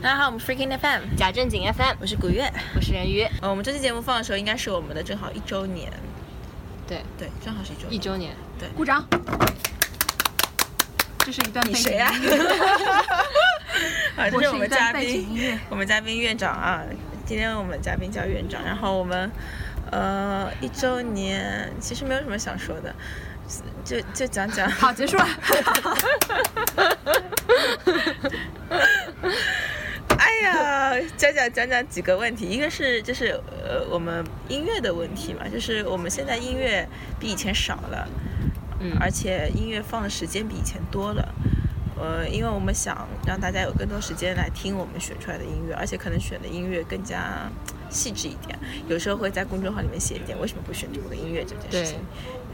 大家好，我们 Freaking FM，假正经 FM，我是古月。我是人鱼。呃，我们这期节目放的时候，应该是我们的正好一周年，对，对，正好是一周年。一周年，对鼓掌。这是一段背你景谁呀、音乐 啊，这我是是我一们段嘉背景音宾乐，我们嘉宾院长啊。今天我们嘉宾叫院长，然后我们呃一周年，其实没有什么想说的，就就讲讲。好，结束了。 哎呀，讲讲讲讲几个问题，一个是就是呃我们音乐的问题嘛，就是我们现在音乐比以前少了，嗯而且音乐放的时间比以前多了。呃，因为我们想让大家有更多时间来听我们选出来的音乐，而且可能选的音乐更加细致一点。有时候会在公众号里面写一点为什么不选这个音乐这件事情，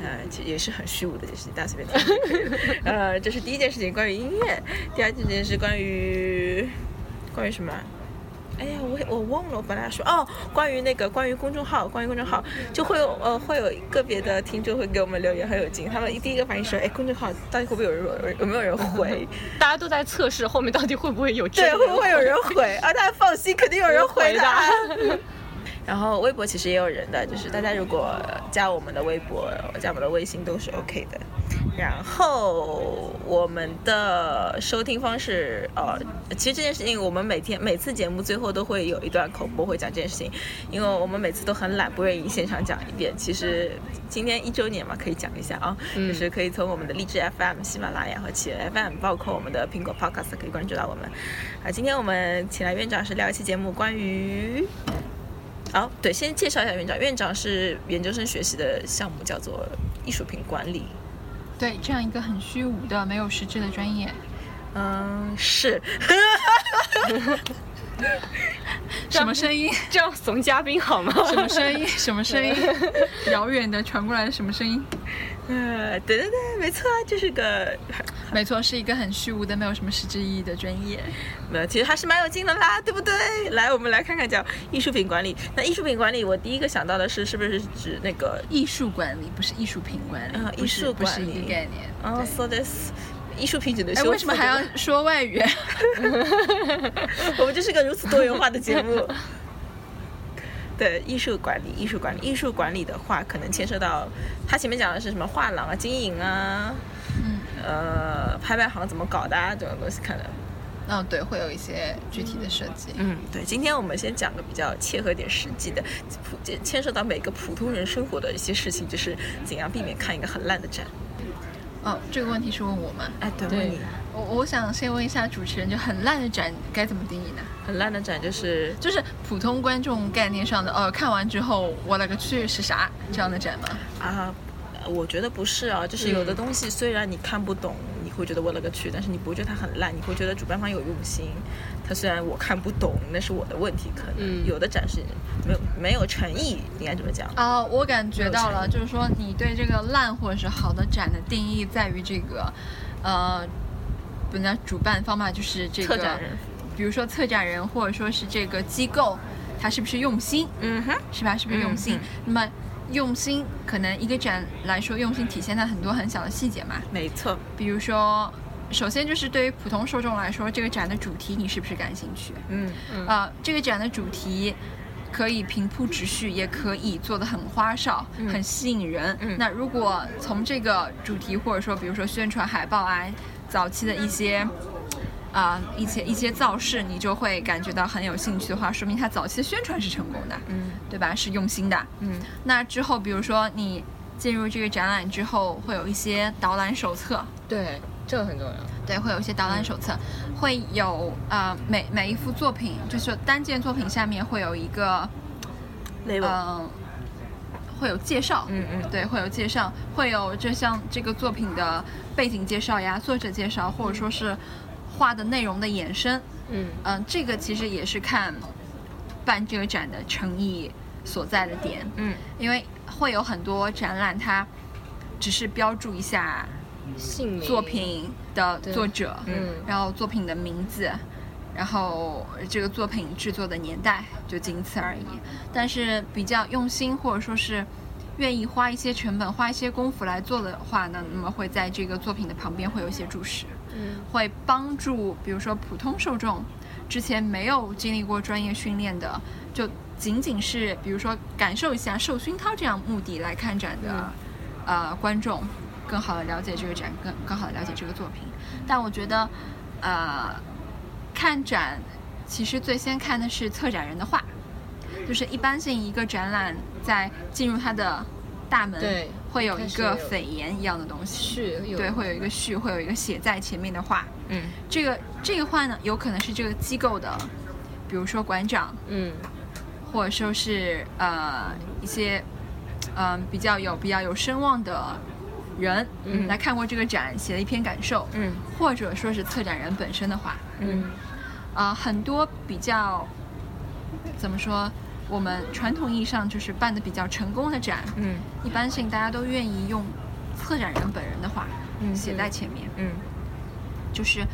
呃，其实也是很虚无的，就是大家随便听就可以了。呃，这是第一件事情，关于音乐；第二件事情是关于关于什么啊？哎呀，我我忘了，我本来要说哦，关于那个关于公众号，关于公众号，就会有呃会有个别的听众会给我们留言，很有劲。他们第一个反应说，哎，公众号到底会不会有人有有没有人 回？大家都在测试后面到底会不会有真对，人会不会有人回？啊，大家放心，肯定有人回答。 然后微博其实也有人的，就是大家如果加我们的微博、加我们的微信都是 OK 的。然后我们的收听方式，呃，其实这件事情我们每天每次节目最后都会有一段口播会讲这件事情，因为我们每次都很懒，不愿意现场讲一遍。其实今天一周年嘛，可以讲一下啊，嗯就是可以从我们的荔枝 FM、喜马拉雅和企鹅 FM，包括我们的苹果 Podcast 可以关注到我们。啊，今天我们请来院长是聊一期节目关于好，对，先介绍一下院长。院长是研究生学习的项目，叫做艺术品管理。对，这样一个很虚无的、没有实质的专业，嗯，是， 什么 声音？这样怂嘉宾好吗？什么声音？什么声音？ 遥远的传过来的什么声音？呃，对对对，没错啊，就是个，没错，是一个很虚无的、没有什么实质意义的专业。没有，其实还是蛮有劲的啦，对不对？来，我们来看看叫艺术品管理。那艺术品管理，我第一个想到的是，是不是指那个？艺术管理不是艺术品管理，啊不是艺术管理不是一个概念。哦对，so this，艺术品指的哎，是为什么还要说外语？ 我们这是个如此多元化的节目。 对，艺术管理，艺术管理，艺术管理的话，可能牵涉到他前面讲的是什么画廊啊、经营啊，嗯，呃，拍卖行怎么搞的啊，这种东西可能。嗯、对，会有一些具体的设计。嗯，对，今天我们先讲个比较切合点实际的，普这牵涉到每个普通人生活的一些事情，就是怎样避免看一个很烂的展。哦，这个问题是问我吗？哎，对，对问你，我我想先问一下主持人，就很烂的展该怎么定义呢？很烂的展就是就是普通观众概念上的，哦，看完之后我勒个去是啥这样的展吗？啊，我觉得不是啊，就是有的嗯东西虽然你看不懂，你会觉得我了个去，但是你不会觉得它很烂，你会觉得主办方有用心。它虽然我看不懂，那是我的问题，可能、嗯有的展示没有没有诚意，应该这么讲。啊、我感觉到没有了，就是说你对这个烂或者是好的展的定义在于这个，呃，本来主办方嘛，就是这策个，展人，比如说策展人或者说是这个机构，他是不是用心，嗯哼，是吧？是不是用心？嗯那么用心，可能一个展来说，用心体现在很多很小的细节嘛，没错，比如说，首先就是对于普通受众来说，这个展的主题你是不是感兴趣？嗯嗯啊，这个展的主题可以平铺直叙，也可以做得很花哨，嗯很吸引人。嗯那如果从这个主题，或者说比如说宣传海报啊，早期的一些。啊、一些一些造势，你就会感觉到很有兴趣的话，说明它早期的宣传是成功的，嗯对吧？是用心的。嗯那之后，比如说你进入这个展览之后，会有一些导览手册，对，这个很重要。对，会有一些导览手册，会有呃每每一幅作品，就是单件作品下面会有一个嗯、 ，level，啊呃会有介绍，嗯嗯对，会有介绍，会有这像这个作品的背景介绍呀、作者介绍，或者说是画的内容的延伸，嗯嗯、这个其实也是看办这个展的诚意所在的点，嗯因为会有很多展览它只是标注一下姓名作，品的对作者，嗯然后作品的名字，然后这个作品制作的年代，就仅此而已。但是比较用心或者说是愿意花一些成本、花一些功夫来做的话呢，那么会在这个作品的旁边会有一些注释。嗯会帮助比如说普通受众，之前没有经历过专业训练的，就仅仅是比如说感受一下授勋涛这样目的来看展的、嗯呃观众，更好的了解这个展，更更好的了解这个作品。但我觉得，呃，看展其实最先看的是策展人的画，就是一般性一个展览在进入它的大门，对会有开一始个有斐言一样的东西，是有对，会有一个序，会有一个写在前面的话。嗯，这个这个话呢，有可能是这个机构的，比如说馆长，嗯或者说是呃一些嗯、呃比较有比较有声望的人、嗯来看过这个展，写了一篇感受，嗯，或者说是策展人本身的话，嗯啊、很多比较怎么说，我们传统意义上就是办的比较成功的展，嗯一般性大家都愿意用策展人本人的话嗯写在前面，嗯就是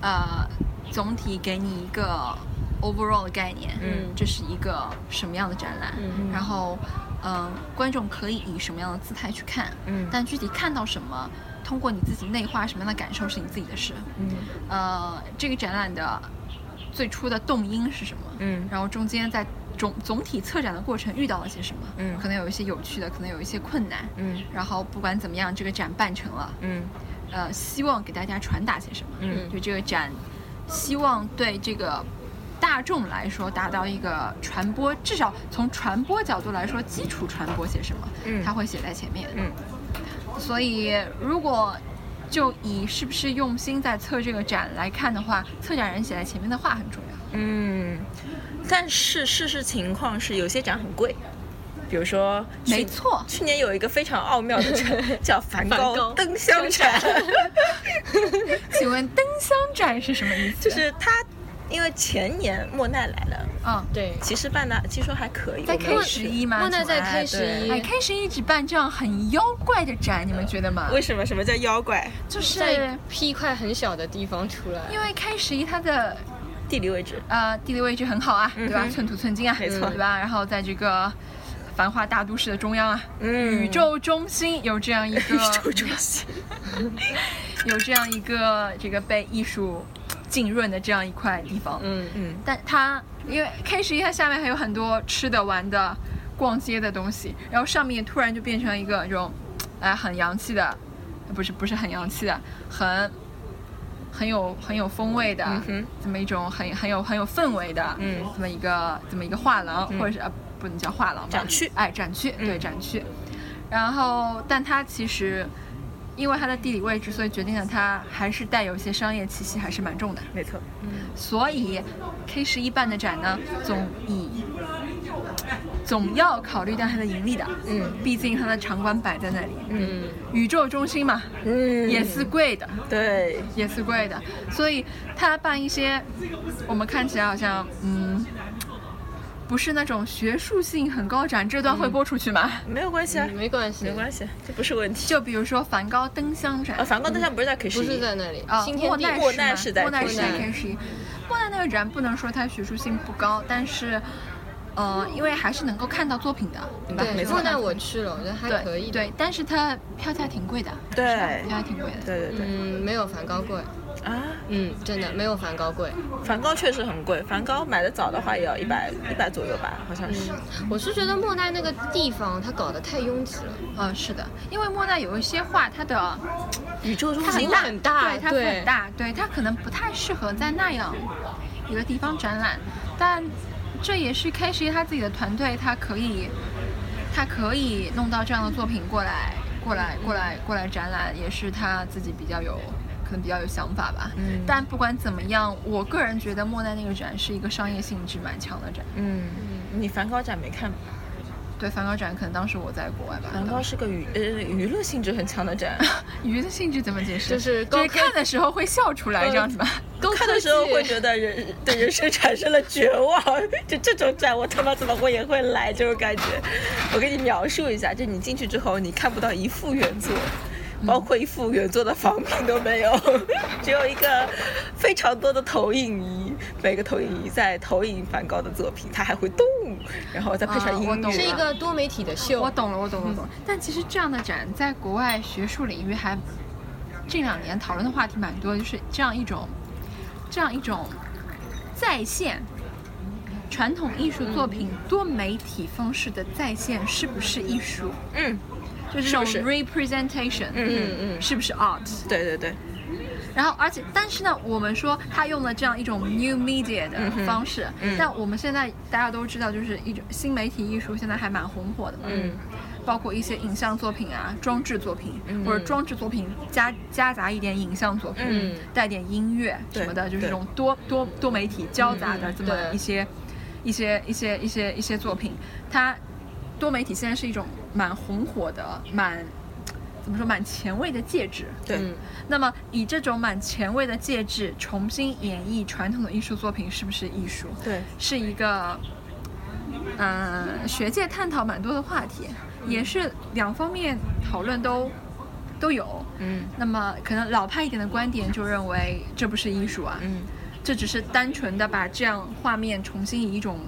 呃，总体给你一个 overall 的概念，嗯这是一个什么样的展览，嗯然后嗯、呃观众可以以什么样的姿态去看，嗯但具体看到什么，通过你自己内化什么样的感受是你自己的事，嗯呃，这个展览的最初的动因是什么？嗯然后中间在总总体策展的过程遇到了些什么？嗯可能有一些有趣的，可能有一些困难。嗯然后不管怎么样，这个展办成了，嗯呃，希望给大家传达些什么？嗯就这个展，希望对这个大众来说达到一个传播，至少从传播角度来说，基础传播些什么？嗯它会写在前面。嗯所以如果就以是不是用心在策这个展来看的话，策展人写在前面的话很重要。嗯，但是事实情况是，有些展很贵，比如说去没错去年有一个非常奥妙的 展叫梵梵高高灯箱展， 请问灯箱展是什么意思？ 就是他，因为前年莫奈来了，嗯，对，其实办的据说还可以，在我没有 K 去十一吗？莫奈在哎 K 十对一哎，开始一直办这样很妖怪的展，你们觉得吗？为什么？什么叫妖怪？就是在劈一块很小的地方出来，因为开十一它的地理位置？呃地理位置很好啊，对嗯吧？哼寸土寸金啊，没错对吧？然后在这个繁华大都市的中央啊，嗯宇宙中心有这样一个 宇宙中心。有这样一个这个被艺术浸润的这样一块地方，嗯嗯但它因为 K 十一它下面还有很多吃的、玩的、逛街的东西，然后上面突然就变成一个这种，哎，很洋气的，不是不是很洋气的，很很有很有风味的，嗯哼这么一种很很有很有氛围的，嗯这么一个这么一个画廊，或者是呃不能叫画廊吧，展区哎，展区，对嗯展区。然后，但它其实因为它的地理位置，所以决定了它还是带有一些商业气息，还是蛮重的。没错，所以 K 十一办的展呢，总以总要考虑到它的盈利的，嗯，毕竟它的场馆摆在那里，嗯宇宙中心嘛，嗯也是贵的，对，也是贵的，所以它办一些我们看起来好像嗯。不是那种学术性很高的展，这段嗯会播出去吗？没有关系啊，嗯，没关系，没关系，这不是问题。就比如说梵高灯箱展呃，，梵高灯箱不是在 K 十不是一，在那里啊，，新天地奈莫奈是在莫奈莫是在奈 K 十一，莫奈那个展不能说它学术性不高，但是，呃，因为还是能够看到作品的，对吧？没对，错莫奈我去了，我觉得还对可以，对，，但是它票价挺贵的，对票价挺贵的。对对对嗯，没有梵高贵，啊，嗯，真的没有梵高贵，梵高确实很贵，梵高买的早的话也要一百一百左右吧，好像是。我是觉得莫奈那个地方它搞得太拥挤了，嗯，是的，因为莫奈有一些画，它的宇宙中它心很大很大对，它对很大，对，它可能不太适合在那样一个地方展览，但这也是 K 十一他自己的团队，他可以，他可以弄到这样的作品过来，过来，过来，过来展览，也是他自己比较有。可能比较有想法吧，嗯但不管怎么样，我个人觉得莫奈那个展是一个商业性质蛮强的展。嗯，你梵高展没看吧？对，梵高展可能当时我在国外吧。梵 高是个娱呃娱乐性质很强的展，鱼的性质怎么解释？就是就高是科看的时候会笑出来呃这样子吧。高看科的时候技会觉得人对人生产生了绝望，就这种展我他妈怎么会也会来这种感觉。我给你描述一下，就你进去之后，你看不到一幅原作。包括一幅原作的仿品都没有，只有一个非常多的投影仪，每个投影仪在投影梵高的作品，它还会动，然后再配啊上音我乐，懂是一个多媒体的秀嗯我，懂了，我懂了，我懂了。但其实这样的展在国外学术领域还这两年讨论的话题蛮多，就是这样一种，这样一种再现传统艺术作品多媒体方式的再现是不是艺术？嗯，就是这是种不是 representation，嗯嗯嗯是不是 art？对对对，然后，而且，但是呢，我们说他用了这样一种 new media 的方式，嗯但我们现在大家都知道，就是一种新媒体艺术现在还蛮红火的嘛，嗯，包括一些影像作品啊、装置作品，嗯或者装置作品加夹杂一点影像作品，嗯带点音乐什么的，对就是这种多多多媒体交杂的嗯这么对一些、一些一些一些一些作品，它多媒体现在是一种蛮红火的、蛮怎么说蛮前卫的介质，对，嗯那么，以这种蛮前卫的介质重新演绎传统的艺术作品，是不是艺术？对，是一个，嗯、学界探讨蛮多的话题，也是两方面讨论都都有。嗯那么，可能老派一点的观点就认为这不是艺术啊，嗯这只是单纯的把这样画面重新以一种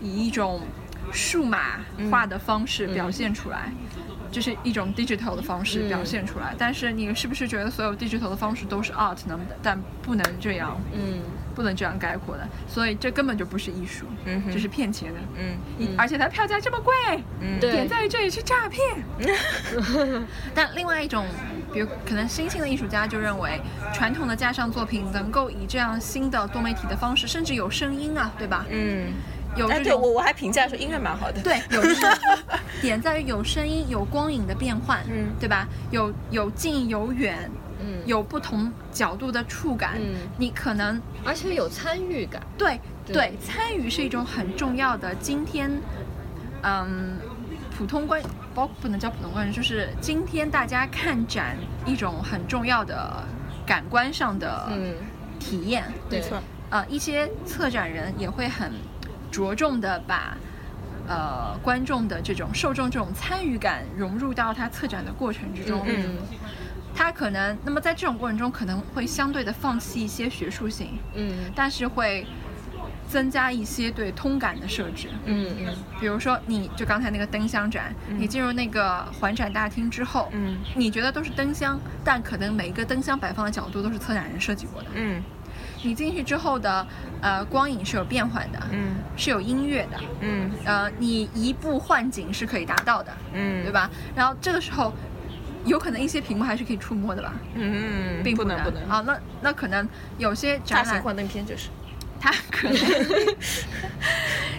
以一种数码化的方式嗯表现出来，就是一种 digital 的方式表现出来。但是你是不是觉得所有 digital 的方式都是 art 呢？但不能这样，嗯不能这样概括的。所以这根本就不是艺术，嗯哼这是骗钱的。嗯而且它票价这么贵，嗯，对点在于这里是诈骗。 但另外一种，比如可能新兴的艺术家就认为，传统的架上作品能够以这样新的多媒体的方式，甚至有声音啊，对吧？嗯，有哎，这对我种。我还评价说音乐蛮好的，对，有声音，点在 于有声音、有光影的变换，嗯对吧？有有近有远，嗯，有不同角度的触感。嗯你可能而且有参与感。对对对，参与是一种很重要的。今天，嗯，普通观包不能叫普通观众，就是今天大家看展一种很重要的感官上的嗯，体验。对没错，呃，一些策展人也会很着重的把。呃，观众的这种受众这种参与感融入到他策展的过程之中，嗯他可能那么在这种过程中可能会相对的放弃一些学术性，嗯但是会增加一些对通感的设置。嗯嗯比如说，你就刚才那个灯箱展，你进入那个环展大厅之后，嗯你觉得都是灯箱，但可能每一个灯箱摆放的角度都是策展人设计过的。嗯你进去之后的呃光影是有变换的，嗯是有音乐的，嗯呃，你一步换景是可以达到的，嗯，对？吧？然后这个时候，有可能一些屏幕还是可以触摸的吧，嗯嗯，并不能难不能，啊。那那可能有些大展型览幻灯片就是，它可能，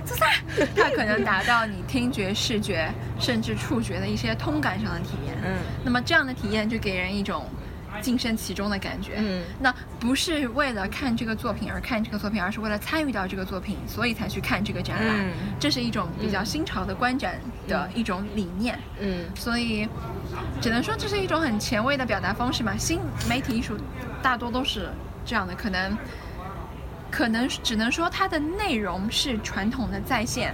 就是啊它可能达到你听觉、视觉甚至触觉的一些通感上的体验。嗯那么这样的体验就给人一种晋升其中的感觉。嗯，那不是为了看这个作品而看这个作品，而是为了参与到这个作品，所以才去看这个展览。嗯这是一种比较新潮的观展的一种理念。嗯所以只能说这是一种很前卫的表达方式嘛。新媒体艺术大多都是这样的，可能可能只能说它的内容是传统的再现，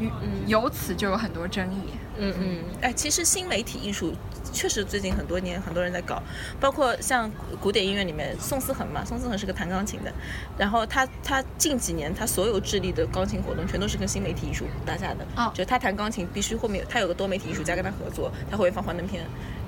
于由此就有很多争议。嗯嗯，哎，其实新媒体艺术确实最近很多年很多人在搞，包括像古古典音乐里面宋思衡嘛，宋思衡是个弹钢琴的，然后他他近几年他所有智利的钢琴活动全都是跟新媒体艺术搭架的，哦就他弹钢琴必须后面他有个多媒体艺术家跟他合作，他会放幻灯片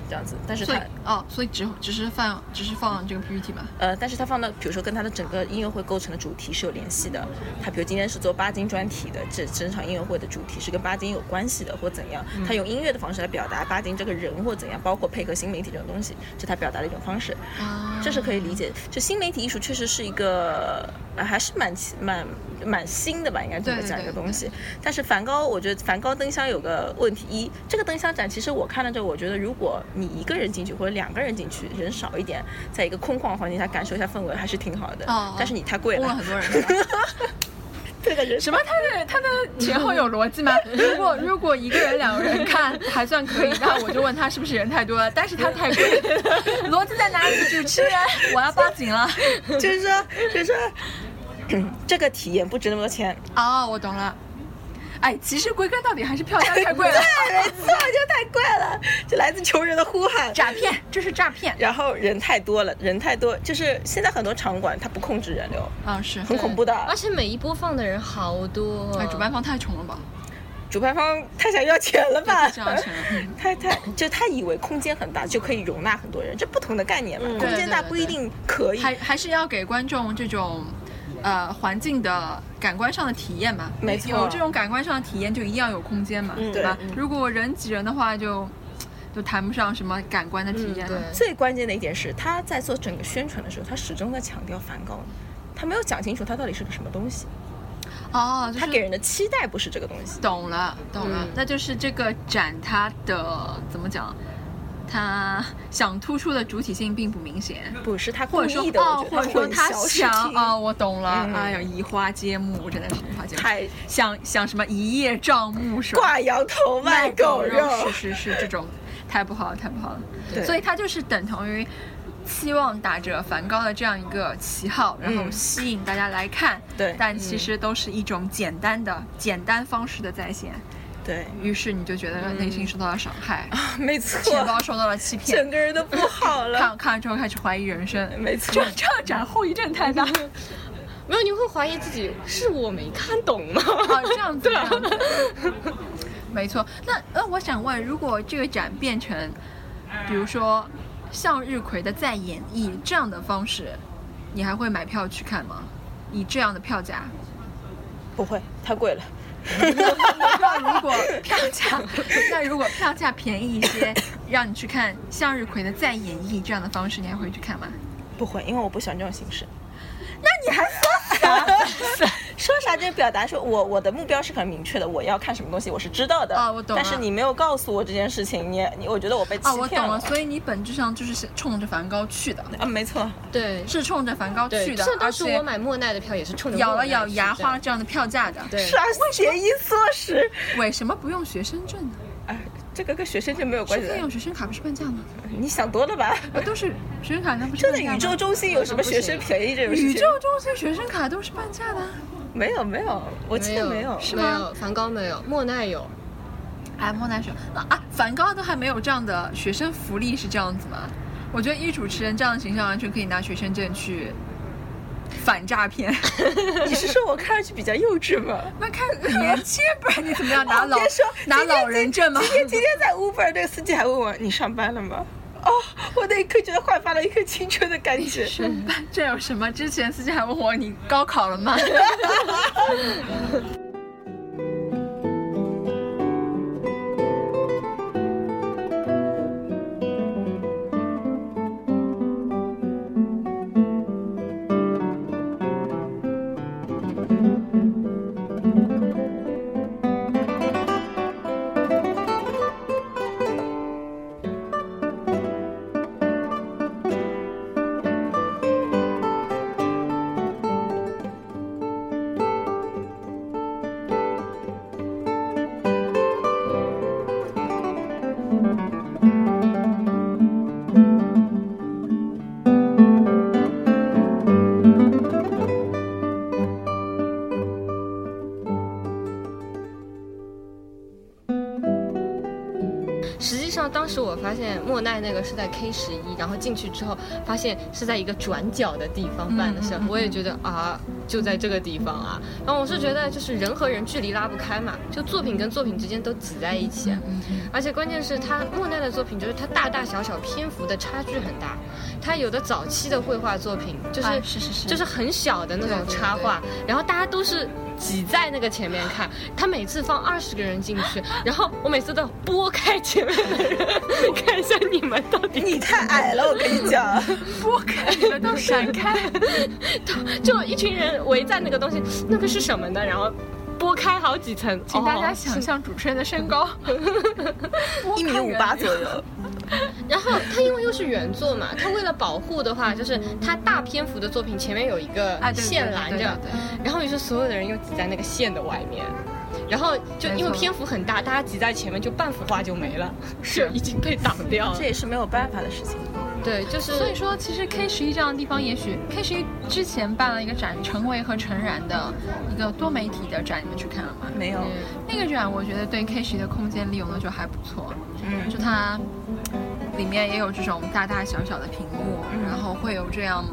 这样子，但是所以他。哦，所以只只是放只是放这个 PPT 嘛。呃，但是他放到，比如说跟他的整个音乐会构成的主题是有联系的。他比如今天是做巴金专题的，这整场音乐会的主题是跟巴金有关系的，或怎样。他用音乐的方式来表达巴金这个人或怎样，包括配合新媒体这种东西，这他表达的一种方式，啊这是可以理解。就新媒体艺术确实是一个，呃还是蛮奇蛮蛮新的吧，应该这么对讲一对个对东西。但是梵高，我觉得梵高灯箱有个问题一，这个灯箱展其实我看了之后，我觉得如果你一个人进去或者两个人进去，人少一点，在一个空旷环境下感受一下氛围还是挺好的。哦但是你太贵误了了，很多人是吧。 这个人什么？他的他的前后有逻辑 吗？如果如果一个人两个人看还算可以，那我就问他是不是人太多了，但是他太 贵，逻辑在哪里？主持人，我要报警了。就是说，就是说。 嗯这个体验不值那么多钱，哦，我懂了。哎，其实归根到底还是票价太 贵了，没错，就太贵了，这来自穷人的呼喊。诈骗，这是诈骗。然后人太多了，人太多，就是现在很多场馆它不控制人流，嗯，是。哎很恐怖的。而且每一播放的人好多、哎，主办方太穷了吧？主办方太想要钱了吧？这样成了。 嗯他他就他以为空间很大就可以容纳很多人，这不同的概念嘛。嗯空间大对对对不一定可以，还还是要给观众这种，呃，环境的感官上的体验嘛。没错有这种感官上的体验，就一定要有空间嘛，嗯对吧？对嗯如果人挤人的话就，就谈不上什么感官的体验了。对，最关键的一点是，他在做整个宣传的时候，他始终在强调梵高，他没有讲清楚他到底是个什么东西，哦，就是他给人的期待不是这个东西。懂了，懂了，嗯那就是这个展它的怎么讲？它想突出的主体性并不明显，不是他或故者说意的，我哦，觉或得者说他他混淆视想听哦，我懂了，嗯哎呀，移花接木，真的是移花接木，太想想什么一叶障目是吧？挂羊头卖狗肉，是是是，这种太不好了，太不好了。对所以它就是等同于希望打着梵高的这样一个旗号，然后嗯吸引大家来看，对但其实都是一种简单的、简单方式的再现， 对，于是你就觉得嗯内心受到了伤 害，没钱错，包受到了欺 骗，整个人都不好 了。看看完之后开始怀疑人生，没错这这展后遗症太大。没有你会怀疑自己是我没看懂 吗？哦，这样子，这样子，没错。那呃，我想问，如果这个展变成，比如说向日葵的再演绎这样的方式，你还会买票去看吗？以这样的票价，不会，太贵了。那如果票价，那如果票价便宜一些，让你去看向日葵的再演绎这样的方式，你还会去看吗？不会，因为我不喜欢这种形式。那你还说啥？ 说啥就表达说我我的目标是很明确的，我要看什么东西我是知道的啊我懂了但是你没有告诉我这件事情，你你我觉得我被欺啊，我骗懂了。了，所以你本质上就是冲着梵高去的，啊，没错，对，是冲着梵高对，去的。这当时而且我买莫奈的票也是冲着咬莫了奈咬去牙的花了这样的票价的，对是，啊，节衣缩食。为什么不用学生证呢？哎，这个跟学生证没有是关系可以的用，学生卡，不是半价吗？你想多了 吧？啊，都是学生卡，那不是这半在价吗宇宙中心有什么学生便宜这种事情？宇宙中心学生卡都是半价的啊。没有没有，我记得没有。是没吗有，梵高没有，莫奈有，哎，莫奈说啊，梵高都还没有这样的学生福利是这样子吗？我觉得一主持人这样的形象完全可以拿学生证去反诈 骗。你是说我看上去比较幼稚 吗？那看年轻，不然你怎么样拿老我跟你哦说拿今天老人证吗？今天今天在 Uber 那个司机还问我你上班了吗？哦，我那一刻觉得焕发了一颗青春的感 觉。上班这有什么？之前司机还问我你高考 了吗？实际上当时我发现莫奈那个是在 K 十一，然后进去之后发现是在一个转角的地方办的事，嗯嗯嗯我也觉得啊，就在这个地方啊，然后我是觉得就是人和人距离拉不开嘛，就作品跟作品之间都挤在一嗯起，而且关键是他莫奈的作品，就是他大大小小篇幅的差距很大。他有的早期的绘画作品，就是、啊是是是就是很小的那种对对插画，然后大家都是挤在那个前面看。他每次放二十个人进去，然后我每次都拨开前面的人，看一下你们到底 你太矮了，我跟你讲。拨开你们都闪开。就一群人围在那个东西，那个是什么呢？然后拨开好几层，请大家哦想象主持人的身高， 一米五八左右，然后他因为又是原作嘛，他为了保护的话，就是他大篇幅的作品前面有一个啊，对线拦着，然后于是所有的人又挤在那个线的外面，然后就因没为错篇幅很大，大家挤在前面就半幅画就没了，是已经被挡掉了这。也是没有办法的事情。对，就是所以说，其实 K 十一这样的地方，也许 K 十一之前办了一个展，成为和诚然的一个多媒体的展，你们去看了吗？没有，嗯那个展我觉得对 K 十一的空间利用的就还不错，嗯就它里面也有这种大大小小的屏幕，然后会有这样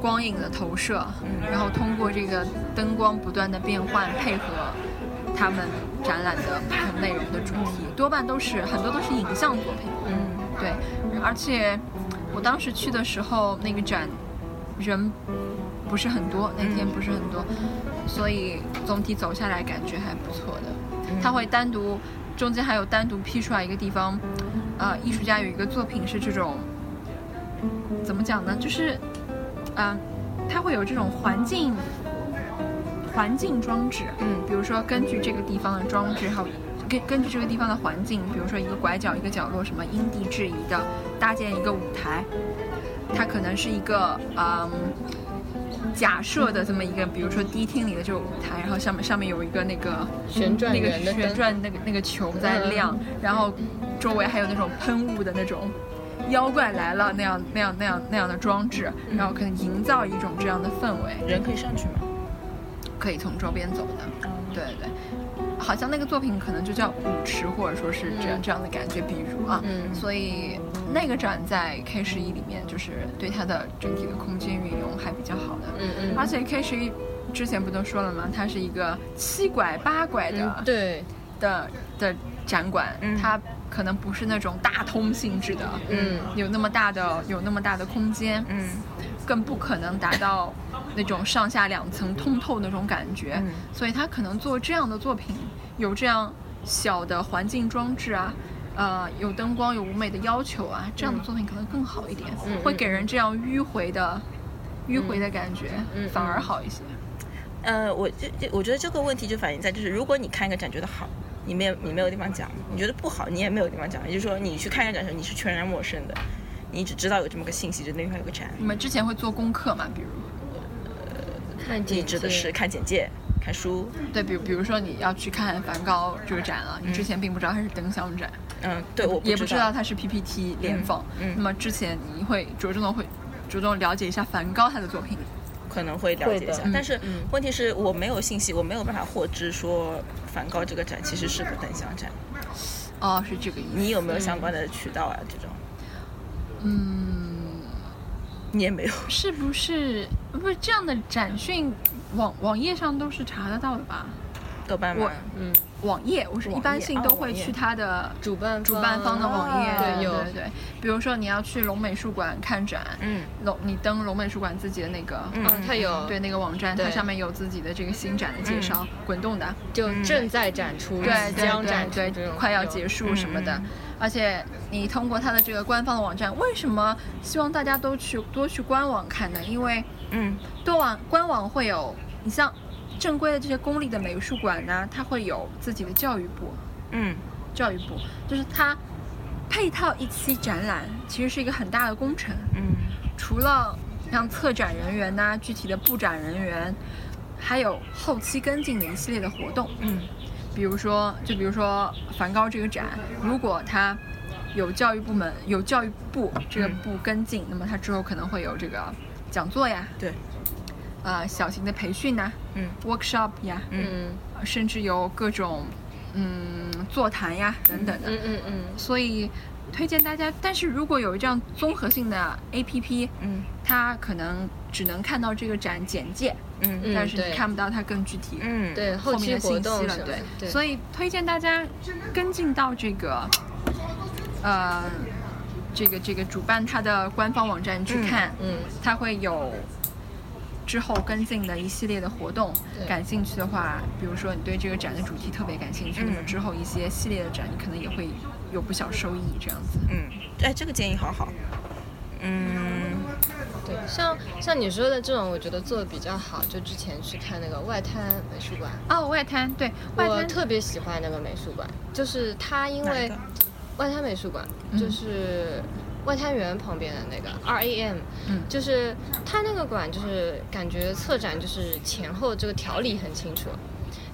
光嗯影的投射，然后通过这个灯光不断的变换配合。他们展览的不同内容的主题，多半都是很多都是影像作品。嗯，对，而且我当时去的时候，那个展人不是很多，那天不是很多，所以总体走下来感觉还不错的。他会单独中间还有单独批出来一个地方，呃，艺术家有一个作品是这种，怎么讲呢？就是，嗯、它会有这种环境环境装置，嗯比如说根据这个地方的装置，还有根根据这个地方的环境，比如说一个拐角、一个角落，什么因地制宜的搭建一个舞台，它可能是一个嗯。假设的这么一个，比如说迪厅里的这个舞台，然后上面上面有一个那个旋转那个圆的旋灯，转那个那个球在嗯亮，然后周围还有那种喷雾的那种妖怪来了那样那样那样那样的装置，然后可能营造一种这样的氛围，人可以上去吗？可以从周边走的。哦对对对，好像那个作品可能就叫舞池，或者说是这嗯样、这样的感觉，比如啊，嗯所以那个展在 K 十一里面，就是对它的整体的空间运用还比较好的，嗯嗯，而且 K 十一。之前不都说了吗？它是一个七拐八拐的、嗯对，的的展馆，嗯它可能不是那种大通性质的，嗯有那么大的有那么大的空间，嗯更不可能达到那种上下两层通透那种感觉，嗯所以它可能做这样的作品，有这样小的环境装置啊。呃，有灯光，有舞美的要求啊，这样的作品可能更好一点，嗯会给人这样迂回的、迂回的感觉，嗯嗯反而好一些。呃，我这这，我觉得这个问题就反映在就是，如果你看一个展觉得好，你没有你没有地方讲；你觉得不好，你也没有地方讲。也就是说，你去看一个展的时候，你是全然陌生的，你只知道有这么个信息，就那地方有个展，你们之前会做功课吗？比如，看你简指的介是看简介、看书，对，比如比如说你要去看梵高这个展了，嗯你之前并不知道它是灯箱展，嗯，对，我也不知道它是 PPT 联访。嗯嗯那么之前你会着重的会着重了解一下梵高他的作品。可能会了解一下会的，但是嗯问题是我没有信息，我没有办法获知说梵高这个展其实是个灯箱展。哦，是这个意思。你有没有相关的渠道啊？这种嗯，你也没有。是不是不是这样的展讯网网页上都是查得到的吧？豆瓣我吗？嗯，网页我是一网页般性哦都会网页去它的主办主办方的网页，啊对哦对有对对。比如说你要去龙美术馆看展，嗯龙你登龙美术馆自己的那个嗯嗯，它有对那个网站，它对上面有自己的这个新展的介绍，滚动的，就正在展出，对即对将展出对这对，种，快要有结束什么的嗯嗯。而且你通过它的这个官方的网站，为什么希望大家都去多去官网看呢？因为嗯多网官网会有，你像正规的这些公立的美术馆呢，它会有自己的教育部，嗯教育部就是它配套一期展览，其实是一个很大的工程。嗯除了像策展人员呐、具体的布展人员，还有后期跟进的一系列的活动，嗯比如说，就比如说梵高这个展，如果它有教育部门有教育部这个嗯部跟进，那么它之后可能会有这个讲座呀，对，呃，小型的培训呐、嗯 workshop 呀，嗯甚至有各种嗯座谈呀等等的，嗯嗯嗯所以推荐大家。但是如果有这样综合性的 APP，嗯它可能只能看到这个展简介，嗯嗯，但是对你看不到它更具体嗯，对后后面期活的信息动了。什么对的，对，所以以推荐大家跟进到这个，呃，这个这个主办它的官方网站去看，嗯它会有。之后跟进的一系列的活动，对感兴趣的话，比如说你对这个展的主题特别感兴趣，嗯那么之后一些系列的展，你可能也会有不小收益这样子。嗯，哎，这个建议好好。嗯对，像像你说的这种，我觉得做的比较好。就之前去看那个外滩美术馆，哦，外滩对外我滩特别喜欢那个美术馆，就是它因哪一为个外滩美术馆嗯就是外滩园旁边的那个 R A M，嗯就是它那个馆就是感觉策展就是前后这个条理很清楚。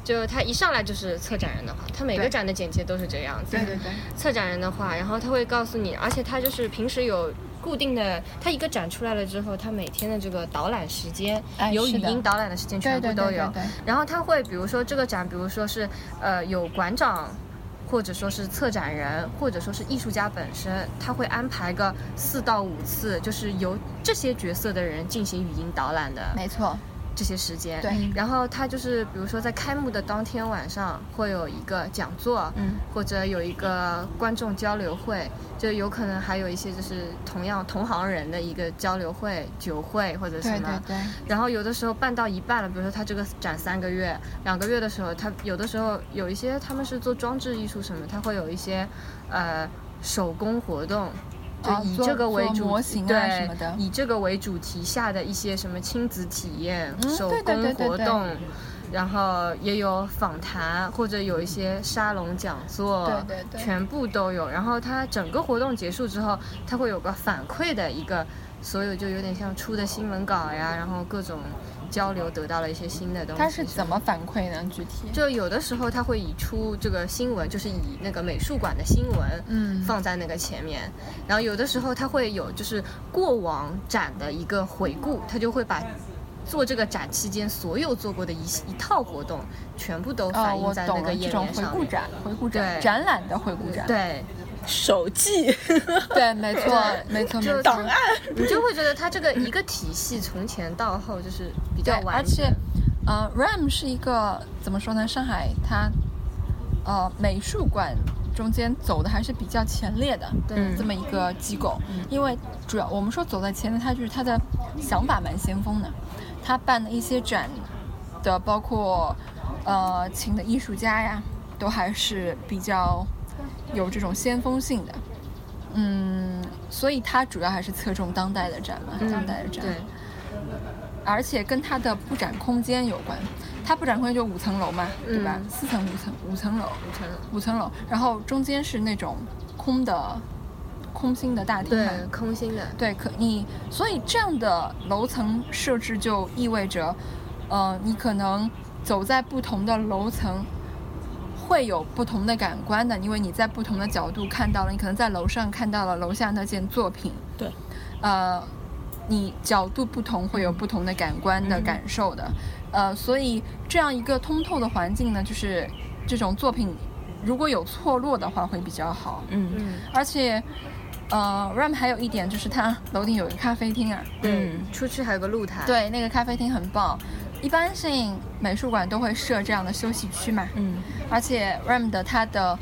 就它一上来就是策展人的话，它每个对展的简介都是这样子。对对对，策展人的话，然后他会告诉你，而且他就是平时有固定的，他一个展出来了之后，他每天的这个导览时间，哎有是语的音导览的时间全部都有。对然后他会比如说这个展，比如说是呃有馆长。或者说是策展人，或者说是艺术家本身，他会安排个四到五次，就是由这些角色的人进行语音导览的没错，这些时间。对然后他就是比如说在开幕的当天晚上会有一个讲座，嗯，或者有一个观众交流会，就有可能还有一些就是同样同行人的一个交流会、酒会或者什么。对对对，然后有的时候办到一半了，比如说他这个展三个月、两个月的时候，他有的时候有一些他们是做装置艺术什么，他会有一些呃手工活动，就哦以做这个为做主模题型啊对什么的以这个为主题下的一些什么亲子体验、嗯手对对对工对活对动。然后也有访谈，或者有一些沙龙讲座，对对对全部都有。然后它整个活动结束之后，它会有个反馈的一个，所有就有点像出的新闻稿呀，然后各种交流得到了一些新的东西。他是怎么反馈呢？具体就有的时候他会以出这个新闻，就是以那个美术馆的新闻，嗯放在那个前面。然后有的时候他会有就是过往展的一个回顾，他就会把做这个展期间所有做过的一系一套活动全部都哦，反映我在懂那个了，这页种面回上顾面。展、回顾展、对展览的回顾展，对，手记 对，没错，没错，没就错。档案，你就会觉得它这个一个体系从前到后就是比对较，完而且整。，呃，RAM 是一个怎么说呢？上海它，呃，美术馆中间走的还是比较前列的，对嗯这么一个机构。因为主要我们说走在前列，它就是它的想法蛮先锋的，它办的一些展的，包括呃请的艺术家呀，都还是比较有这种先锋性的。嗯，所以它主要还是侧重当代的展嘛，当代的展。嗯对，而且跟它的布展空间有关。它布展空间就五层楼嘛，对吧？嗯四层、五层、五层楼，五层五层楼，然后中间是那种空的、空心的大厅嘛。对空心的，对，可你所以这样的楼层设置就意味着，呃，你可能走在不同的楼层。会有不同的感官的，因为你在不同的角度看到了，你可能在楼上看到了楼下那件作品，对，呃，你角度不同会有不同的感官的感受的，呃，所以这样一个通透的环境呢，就是这种作品如果有错落的话会比较好，嗯嗯，而且，呃，RAM 还有一点就是它楼顶有一个咖啡厅啊，对嗯，出去还有个露台，对，那个咖啡厅很棒。一般性美术馆都会设这样的休息区嘛，嗯，而且 RAM 的它的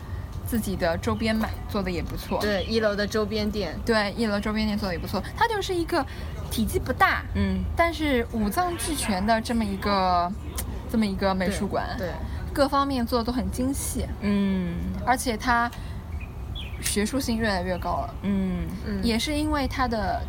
自己的周边嘛做的也不错，对，一楼的周边店，对，一楼周边店做的也不错，它就是一个体积不大，嗯，但是五脏俱全的这么一个这么一个美对术馆，对，各方面做的都很精细，嗯而且它学术性越来越高了。嗯嗯，也是因为它的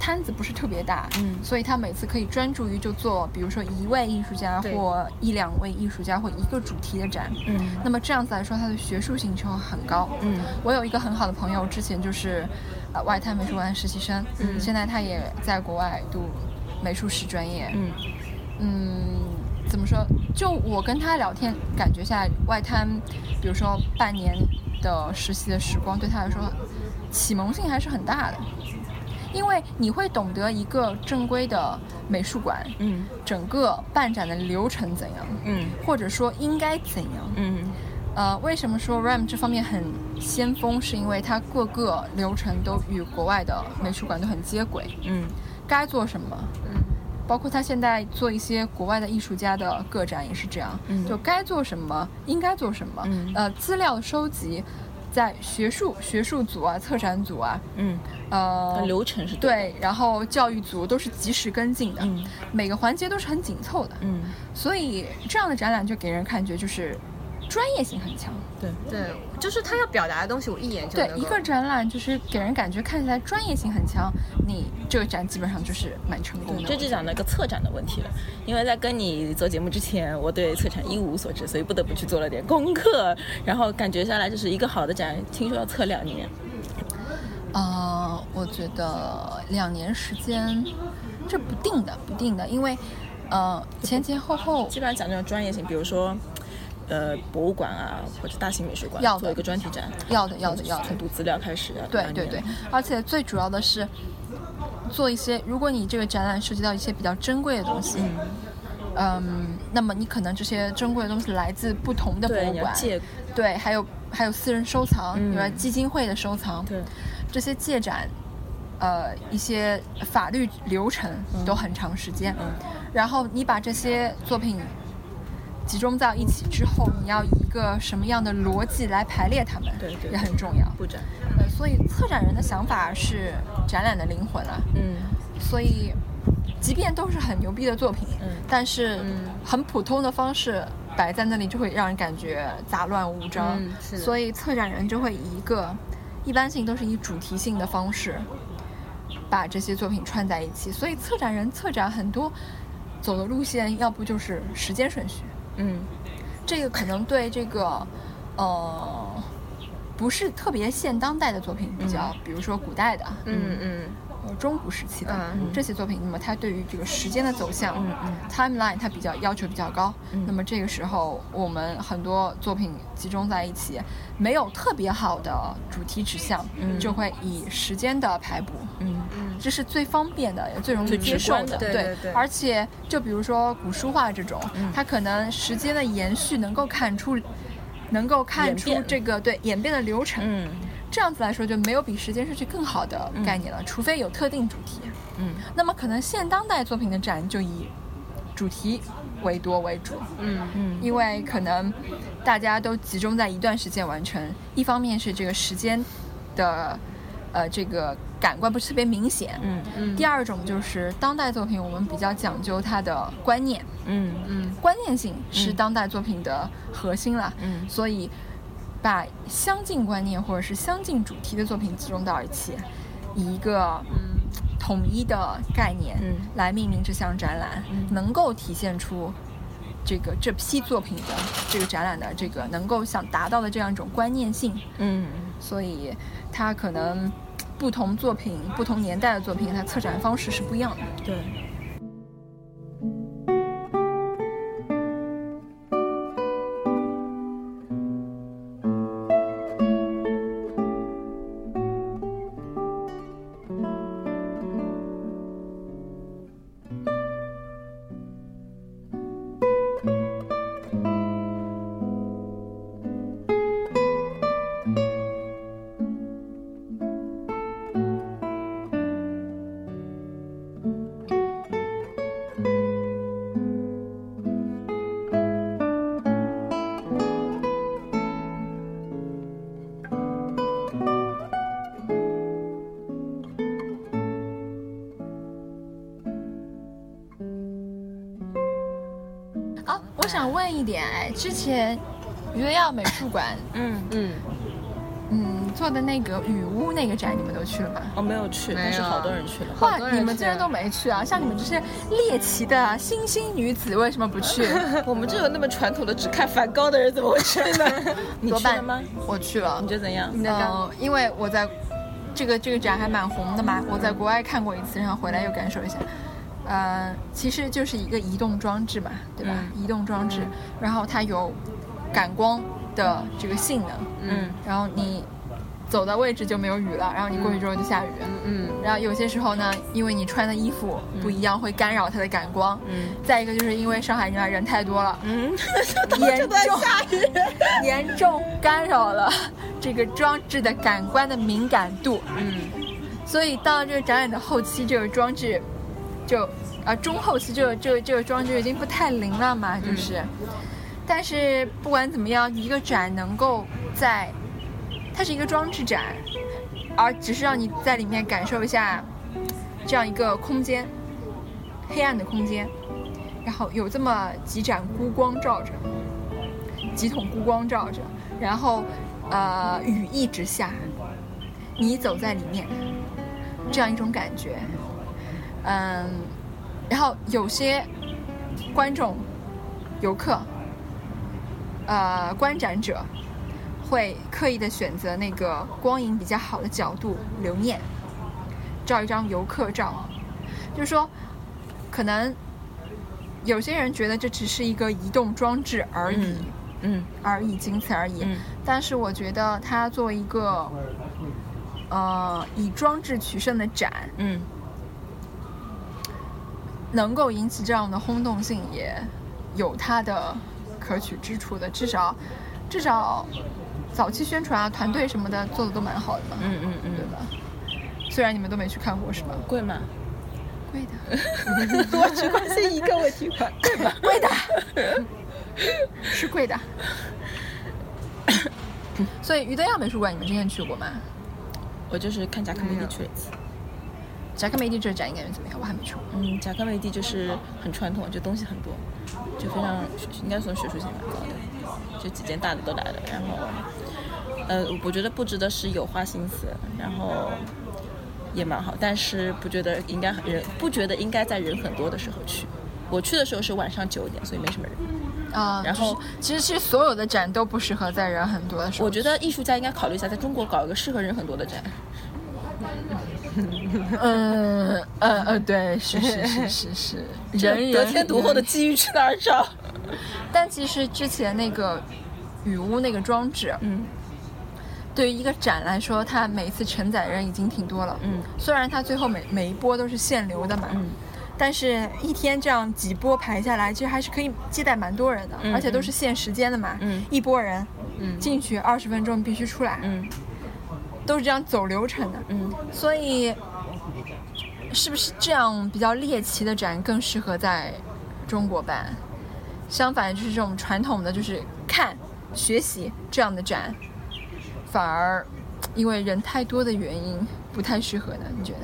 摊子不是特别大，嗯所以他每次可以专注于就做，比如说一位艺术家对或一两位艺术家或一个主题的展。嗯那么这样子来说，它的学术性就很高。嗯，我有一个很好的朋友，之前就是呃外滩美术馆的实习生，嗯现在他也在国外读美术史专业，嗯嗯，怎么说？就我跟他聊天，感觉下来，外滩，比如说半年的实习的时光，对他来说，启蒙性还是很大的，因为你会懂得一个正规的美术馆，嗯整个办展的流程怎样，嗯或者说应该怎样。嗯呃，为什么说 RAM 这方面很先锋？是因为它各个流程都与国外的美术馆都很接轨，嗯该做什么，嗯包括他现在做一些国外的艺术家的个展也是这样，嗯就该做什么应该做什么，嗯呃，资料收集，在学术学术组啊、策展组啊，嗯，呃，流程是的，对，然后教育组都是及时跟进的，嗯每个环节都是很紧凑的，嗯所以这样的展览就给人感觉就是专业性很强。对，对，就是他要表达的东西，我一眼就对能，一够个展览就是给人感觉看起来专业性很强，你这个展基本上就是蛮成功的。这就讲到一个策展的问题了，因为在跟你做节目之前，我对策展一无所知，所以不得不去做了点功课，然后感觉下来就是一个好的展，听说要测两年，啊、我觉得两年时间，这不定的，不定的，因为，呃，前前后后基本上讲这种专业性，比如说，呃，博物馆啊或者大型美术馆要的做一个专题展，要的，要的，要的从，读资料开始啊，对两对年对，，而且最主要的是，做一些，如果你这个展览涉及到一些比较珍贵的东西，嗯，那么你可能这些珍贵的东西来自不同的博对物你要馆，借，对，还有还有私人收藏，嗯有的基金会的收藏，对，这些借展，呃，一些法律流程都很长时间，嗯然后你把这些作品集中到一起之后，你要以一个什么样的逻辑来排列它们，对对也很重要。布展，呃，所以策展人的想法是展览的灵魂啊了、嗯，所以，即便都是很牛逼的作品，嗯但是嗯很普通的方式摆在那里，就会让人感觉杂乱无章。嗯是的所以策展人就会以一个一般性都是以主题性的方式，把这些作品串在一起。所以策展人策展很多走的路线，要不就是时间顺序，嗯，这个可能对这个，呃。不是特别现当代的作品比较，比如说古代的，嗯嗯呃中古时期的、嗯这些作品，那么它对于这个时间的走向、t i m e l i n e 它比较要求比较高、那么这个时候，我们很多作品集中在一起，没有特别好的主题指向，就会以时间的排布，嗯嗯这是最方便的，也最容易最接直受观的，的对对对而且就比如说古书画这种，它可能时间的延续能够看出，能够看演出变这个对演变的流程，嗯，这样子来说，就没有比时间顺序更好的嗯概念了，除非有特定主题。嗯，那么可能现当代作品的展就以主题为多为主，嗯因为可能大家都集中在一段时间完成。一方面是这个时间的，呃，这个感官不是特别明显。嗯嗯第二种就是当代作品，我们比较讲究它的观念，嗯，嗯观念性是当代作品的核心啦。嗯所以把相近观念或者是相近主题的作品集中到一起，以一个嗯统一的概念嗯来命名这项展览，能够体现出。这个这批作品的这个展览的这个能够想达到的这样一种观念性，嗯，所以它可能不同作品、不同年代的作品，它策展方式是不一样的。对，啊，我想问一点，哎，之前余文耀美术馆嗯，嗯，嗯，做的那个雨屋那个展，你们都去了吗？我哦没有去，但没是有好多人去了，好多人去哇，你们竟然都没去啊！像你们这些猎奇的新兴女子，为什么不去？ 我们这种那么传统的只看梵高的人怎么会去呢？ 你多去半了吗？？ 我去了你。觉得怎样？你的感呃，因为我在这个这个展还蛮红的嘛，我在国外看过一次，然后回来又感受一下。呃，其实就是一个移动装置嘛，对吧？移动装置，然后它有感光的这个性能，嗯然后你走的位置就没有雨了，然后你过去之后就下雨。嗯然后有些时候呢，因为你穿的衣服不一样，会干扰它的感光。嗯再一个就是因为上海原来人太多了， 嗯， 严重在下雨，严重干扰了 这个装置的感官的敏感度。嗯所以到这个展览的后期，这个装置就啊中后期这个这个这个装置已经不太灵了嘛，就是。但是不管怎么样，一个展能够在它是一个装置展，而只是让你在里面感受一下这样一个空间，黑暗的空间，然后有这么几盏孤光照着，几桶孤光照着，然后呃雨一直下，你走在里面，这样一种感觉，嗯，然后有些观众、游客、呃观展者会刻意的选择那个光影比较好的角度留念，照一张游客照，就是说，可能有些人觉得这只是一个移动装置而已。嗯嗯而已，仅此而已。嗯但是我觉得它作为一个，呃，以装置取胜的展，嗯能够引起这样的轰动性，也有它的可取之处的。至少，至少早期宣传啊、团队什么的做的都蛮好的嘛，嗯嗯对嗯， 吧？虽然你们都没去看过，是吧？贵吗？会的，我只关心一个问 题吧，对吧？会的，是贵 的。所以于德耀美术馆，你们之前去过吗？我就是看贾科梅蒂去了一次。贾克梅蒂这个展演感觉怎么样？我还没去过。嗯，贾科梅蒂就是很传统，就东西很多，就非常应该算学术性蛮高的，就几件大的都来了。然后，呃，我觉得布置的是有花心思，然后也蛮好，但是不觉得应该很人不觉得应该在人很多的时候去。我去的时候是晚上九点，所以没什么人。啊、然后就是其实其实所有的展都不适合在人很多的时候。我觉得艺术家应该考虑一下，在中国搞一个适合人很多的展。嗯呃呃，对，是是是是 是，人得人天独厚的机遇去哪儿找？但其实之前那个雨屋那个装置，嗯，对于一个展来说，它每一次承载人已经挺多了。嗯，虽然它最后每每一波都是限流的嘛，嗯，但是一天这样几波排下来，其实还是可以接待蛮多人的，嗯而且都是限时间的嘛，嗯一波人，嗯进去二十分钟必须出来，嗯都是这样走流程的，嗯，所以是不是这样比较猎奇的展更适合在中国办？相反，就是这种传统的，就是看、学习这样的展，反而因为人太多的原因不太适合呢？你觉得？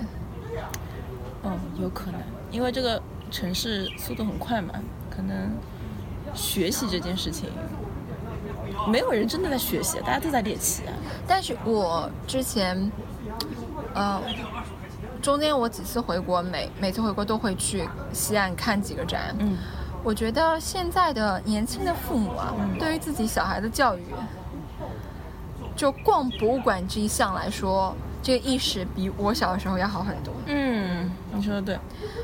嗯，有可能，因为这个城市速度很快嘛，可能学习这件事情，没有人真的在学习，大家都在猎奇啊。但是我之前，呃，中间我几次回国，每每次回国都会去西岸看几个展。嗯，我觉得现在的年轻的父母啊，嗯对于自己小孩的教育，就逛博物馆这一项来说，这个意识比我小的时候要好很多。嗯，你说的对，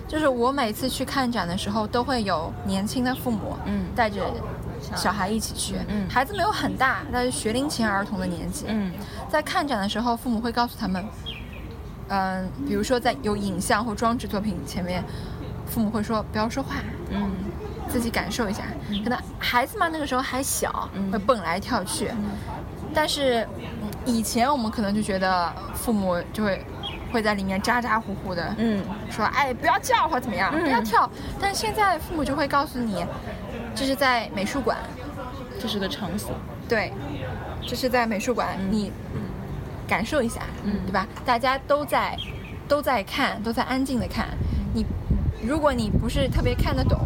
就是我每次去看展的时候，都会有年轻的父母，嗯带着小孩一起去，嗯孩子没有很大，但是学龄前儿童的年纪，嗯在看展的时候，父母会告诉他们，嗯、比如说在有影像或装置作品前面，父母会说不要说话，嗯自己感受一下。可能孩子嘛，那个时候还小，嗯会蹦来跳去。但是嗯以前我们可能就觉得父母就会会在里面咋咋呼呼的，嗯说哎不要叫或怎么样，不要跳。但是现在父母就会告诉你，这是在美术馆，这是个场所，对，这是在美术馆，嗯你感受一下，对吧？大家都在都在看，都在安静的看。嗯你如果你不是特别看得懂，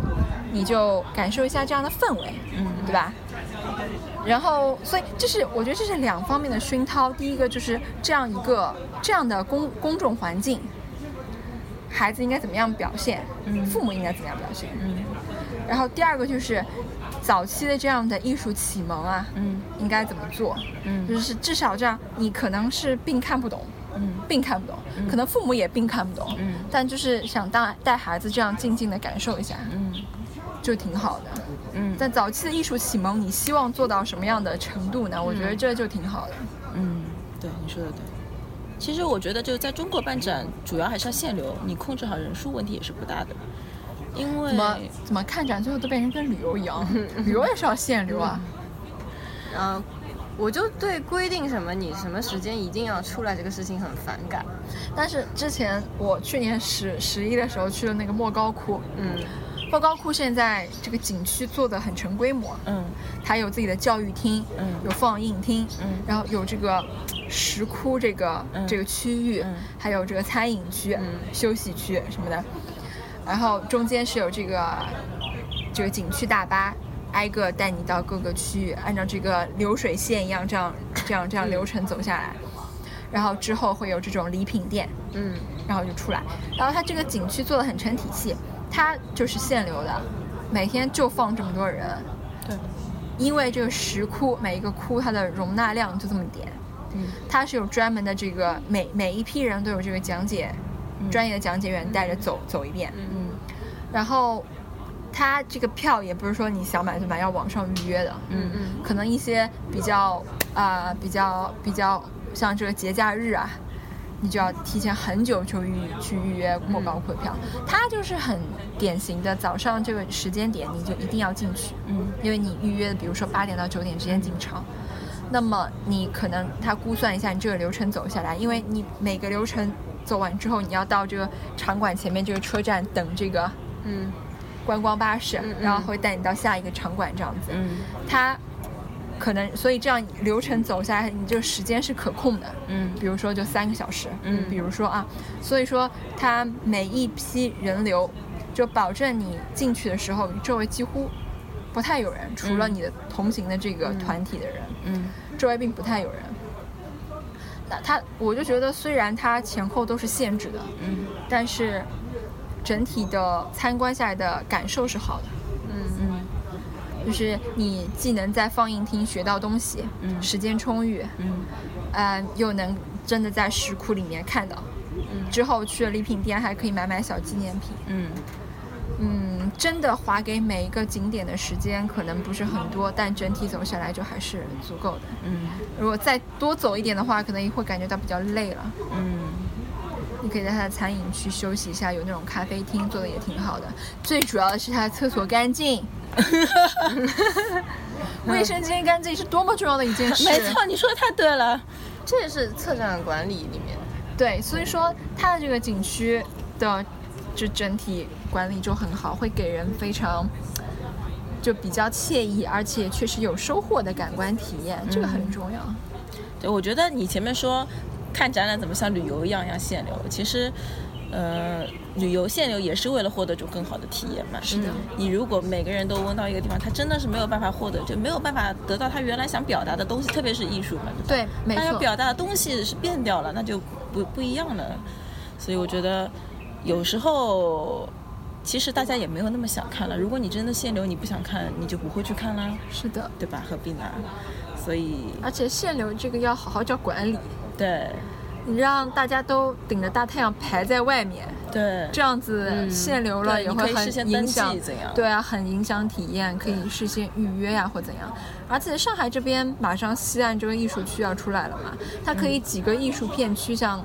你就感受一下这样的氛围，嗯对吧？然后，所以这是我觉得这是两方面的熏陶。第一个就是这样一个这样的公公众环境，孩子应该怎么样表现，嗯父母应该怎么样表现。嗯然后第二个就是早期的这样的艺术启蒙啊，嗯应该怎么做？嗯就是至少这样，你可能是并看不懂，嗯并看不懂，可能父母也并看不懂，嗯但就是想带带孩子这样静静的感受一下，嗯就挺好的。嗯但早期的艺术启蒙，你希望做到什么样的程度呢？我觉得这就挺好的。嗯，对，你说的对。其实我觉得，就在中国办展，主要还是要限流，你控制好人数问题也是不大的，因为怎么怎么看展最后都变成跟旅游一样，嗯 旅游也是要限流啊。呃，我就对规定什么你什么时间一定要出来这个事情很反感。但是之前我去年十十一的时候去了那个莫高窟，嗯，莫高窟现在这个景区做的很成规模，嗯它有自己的教育厅，嗯有放映厅，嗯然后有这个石窟这个、嗯这个区域，嗯还有这个餐饮区、休息区什么的，然后中间是有这个这个景区大巴。挨个带你到各个区域，按照这个流水线一样，这样 这样嗯这样流程走下来，然后之后会有这种礼品店，嗯，然后就出来。然后它这个景区做的很成体系，它就是限流的，每天就放这么多人。对，因为这个石窟每一个窟它的容纳量就这么点，嗯，它是有专门的这个每每一批人都有这个讲解，专业的讲解员带着走走一遍，嗯然后。它这个票也不是说你想买就买，要网上预约的。嗯嗯可能一些比较啊、比较比较像这个节假日啊，你就要提前很久就预去预约莫高窟的票。它就是很典型的早上这个时间点，你就一定要进去，嗯因为你预约，比如说八点到九点之间进场。那么你可能他估算一下你这个流程走下来，因为你每个流程做完之后，你要到这个场馆前面这个车站等这个嗯观光巴士，嗯嗯然后会带你到下一个场馆这样子。嗯它可能所以这样流程走下来，你这个时间是可控的。嗯比如说就三个小时，嗯比如说啊，所以说它每一批人流，就保证你进去的时候，你周围几乎不太有人，除了你的同行的这个团体的人，嗯周围并不太有人。那它，我就觉得虽然它前后都是限制的，嗯但是整体的参观下来的感受是好的。嗯嗯就是你既能在放映厅学到东西，嗯时间充裕，嗯呃，又能真的在石窟里面看到。嗯之后去了礼品店还可以买买小纪念品。嗯嗯，真的划给每一个景点的时间可能不是很多，但整体走下来就还是足够的。嗯如果再多走一点的话，可能会感觉到比较累了。嗯，你可以在它的餐饮区休息一下，有那种咖啡厅做的也挺好的。最主要的是它的厕所干 净，卫生间干净是多么重要的一件事。没错，你说的太对了。这也是策展管理里面对，所以说它的这个景区的就整体管理就很好，会给人非常就比较惬意，而且确实有收获的感官体验，这个嗯很重要。对，我觉得你前面说看展览怎么像旅游一样要限流，其实，呃，旅游限流也是为了获得一种更好的体验嘛。是的你如果每个人都温到一个地方，他真的是没有办法获得，就没有办法得到他原来想表达的东西，特别是艺术嘛。吧对，没他要错。表达的东西是变掉了，那就不不一样了。所以我觉得有时候。其实大家也没有那么想看了。如果你真的限流，你不想看，你就不会去看啦，是的，对吧？何必呢？所以，而且限流这个要好好叫管理，对你让大家都顶着大太阳排在外面，对，这样子嗯限流了对也你会可以事很先影登记响，怎样对啊，很影响体验，可以事先预约呀、或怎样。而且上海这边马上西岸这个艺术区要出来了嘛，它可以几个艺术片区像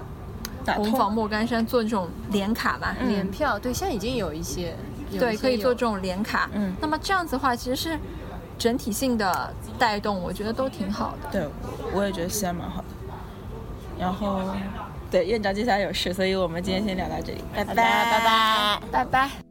打红通嗯坊、莫干山做这种联卡嘛，联票，对，现在已经有一些，有一嗯对，些可以做有这种联卡。嗯那么这样子的话，其实是整体性的带动，我觉得都挺好的。对，我也觉得西安蛮好的。然后，对院长接下来有事，所以我们今天先聊到这里，拜拜拜拜。